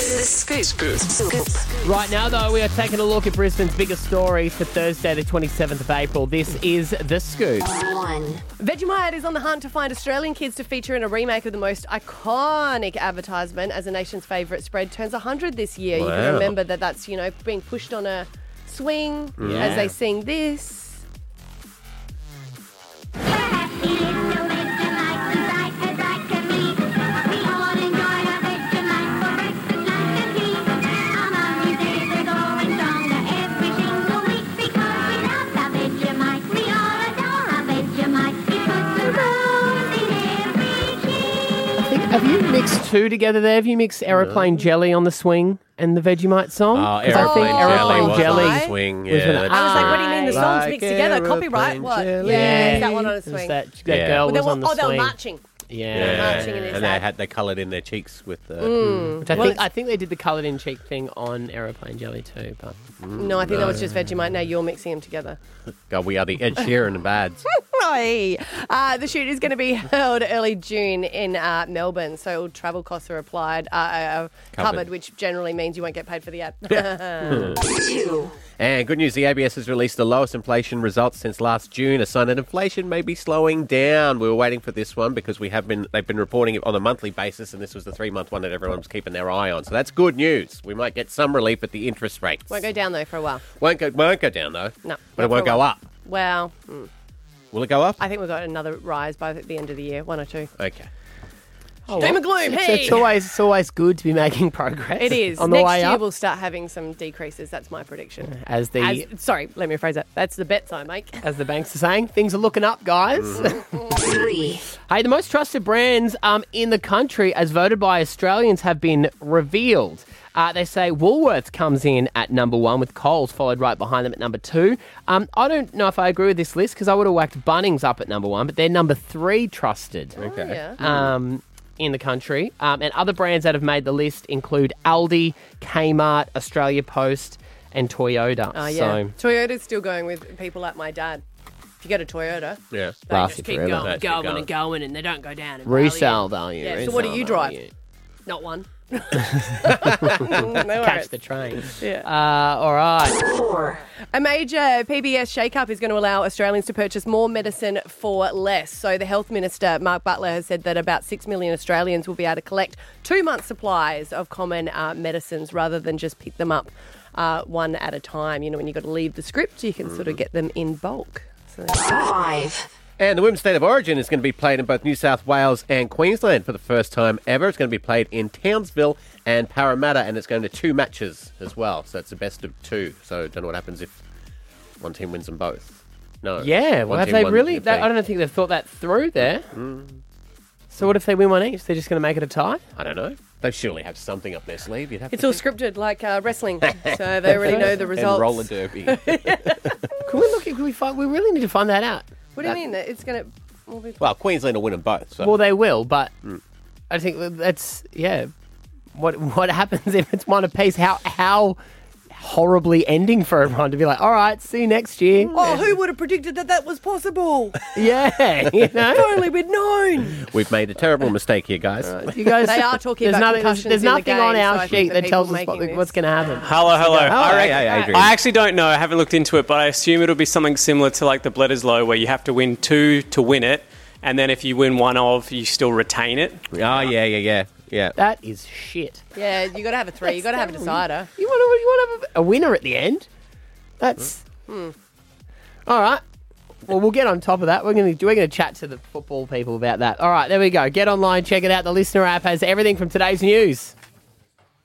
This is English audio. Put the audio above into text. Scoop. Scoop. Scoop. Right now, though, we are taking a look at Brisbane's biggest stories for Thursday, the 27th of April. This is The Scoop. One. Vegemite is on the hunt to find Australian kids to feature in a remake of the most iconic advertisement as the nation's favourite spread turns 100 this year. You Wow. can remember that that's, you know, being pushed on a swing Yeah. as they sing this. I think, have you mixed two together there? Have you mixed Aeroplane Jelly on the swing and the Vegemite song? Oh, 'Cause I think aeroplane jelly Ah, Aeroplane was Jelly. on the swing. was Yeah, an- that's I was like, what do you true. mean the songs mixed together? Copyright? What? Yeah, jelly. is that one on It a was swing. That, that Yeah. girl Well, they was were, on the oh, they were swing. marching. Yeah. marching in his and they hat. had they coloured in their cheeks with uh, the. Mm. Which I Well, think it's- I think they did the coloured in cheek thing on Aeroplane Jelly too, but No, I think that was just Vegemite. Now you're mixing them together. God, we are the Ed Sheeran bads. Right. Uh, the shoot is going to be held early June in uh, Melbourne, so all travel costs are applied, uh, uh, covered. Covered. which generally means you won't get paid for the ad. Two. And good news, the ABS has released the lowest inflation results since last June, a sign that inflation may be slowing down. We were waiting for this one because we have been they've been reporting it on a monthly basis, and this was the three month one that everyone was keeping their eye on. So that's good news. We might get some relief at the interest rates. won't go down though for a while. Won't go, won't go down though. No, but it not for a won't go while. up. Well, mm, Will it go up? I think we've got another rise by the end of the year, one or two. Okay. oh, Doom well. and gloom. It's, Hey. it's always it's always good to be making progress. It is. on the Next way year up. we'll start having some decreases. That's my prediction. As the as, As, sorry, let me rephrase that. That's the bets I make. the banks are saying, things are looking up, guys. Three. hey, the most trusted brands um, in the country, as voted by Australians, have been revealed. Uh, they say Woolworths comes in at number one, with Coles followed right behind them at number two. Um, I don't know if I agree with this list because I would have whacked Bunnings up at number one, but they're number three trusted. Okay. Oh, Yeah. um, in the country. Um, and other brands that have made the list include Aldi, Kmart, Australia Post, and Toyota. Oh, yeah. So Toyota's still going with people like my dad. If you go to Toyota, Yeah. they Last just you keep forever. going, They just keep going, going. and going, and they don't go down. in value. resale value. Yeah, so what do resale you drive? value. Not one. Catch the train. Yeah. Uh, all right. Four. A major PBS shake-up is going to allow Australians to purchase more medicine for less. So the Health Minister, Mark Butler, has said that about 6 million Australians will be able to collect two months' supplies of common uh, medicines rather than just pick them up uh, one at a time. You know, when you've got to leave the script, you can sort of get them in bulk. So Five. And the Women's State of Origin is going to be played in both New South Wales and Queensland for the first time ever. It's going to be played in Townsville and Parramatta, and it's going to two matches as well. So it's the best of two. So don't know what happens if one team wins them both. No. Yeah. Well, One have team they won really? if They, I don't think they've thought that through there. Mm. So what if they win one each? They're just going to make it a tie? I don't know. They surely have something up their sleeve. You'd have it's to all scripted, like uh, wrestling. So they already know the And results. roller derby. Can we look? at- Can we find? We really need to find that out. What do you mean? It's going to... We'll be well, Queensland will win them both. So. Well, they will, but Mm. I think that- that's yeah. What what happens if it's one apiece? How how horribly ending for everyone to be like, all right, see you next year. Oh, who would have predicted that that was possible? Yeah, you know. Only we'd known. We've made a terrible mistake here, guys. You guys, They are talking there's about nothing, there's, concussions there's in the nothing on game, so our I think sheet the that people tells us making what, this- what's going to happen. Hello, hello. I, hey, reckon, hey, Adrian. I actually don't know. I haven't looked into it, but I assume it'll be something similar to like the Bledisloe, where you have to win two to win it, and then if you win one of, you still retain it. oh, yeah, yeah, yeah. Yeah. That is shit. Yeah, you got to have a three. You got to have a decider. You want to, you want to have a, a winner at the end. That's all right. Well, we'll get on top of that. We're going to we're going to chat to the football people about that. All right, there we go. Get online, check it out. The listener app has everything from today's news.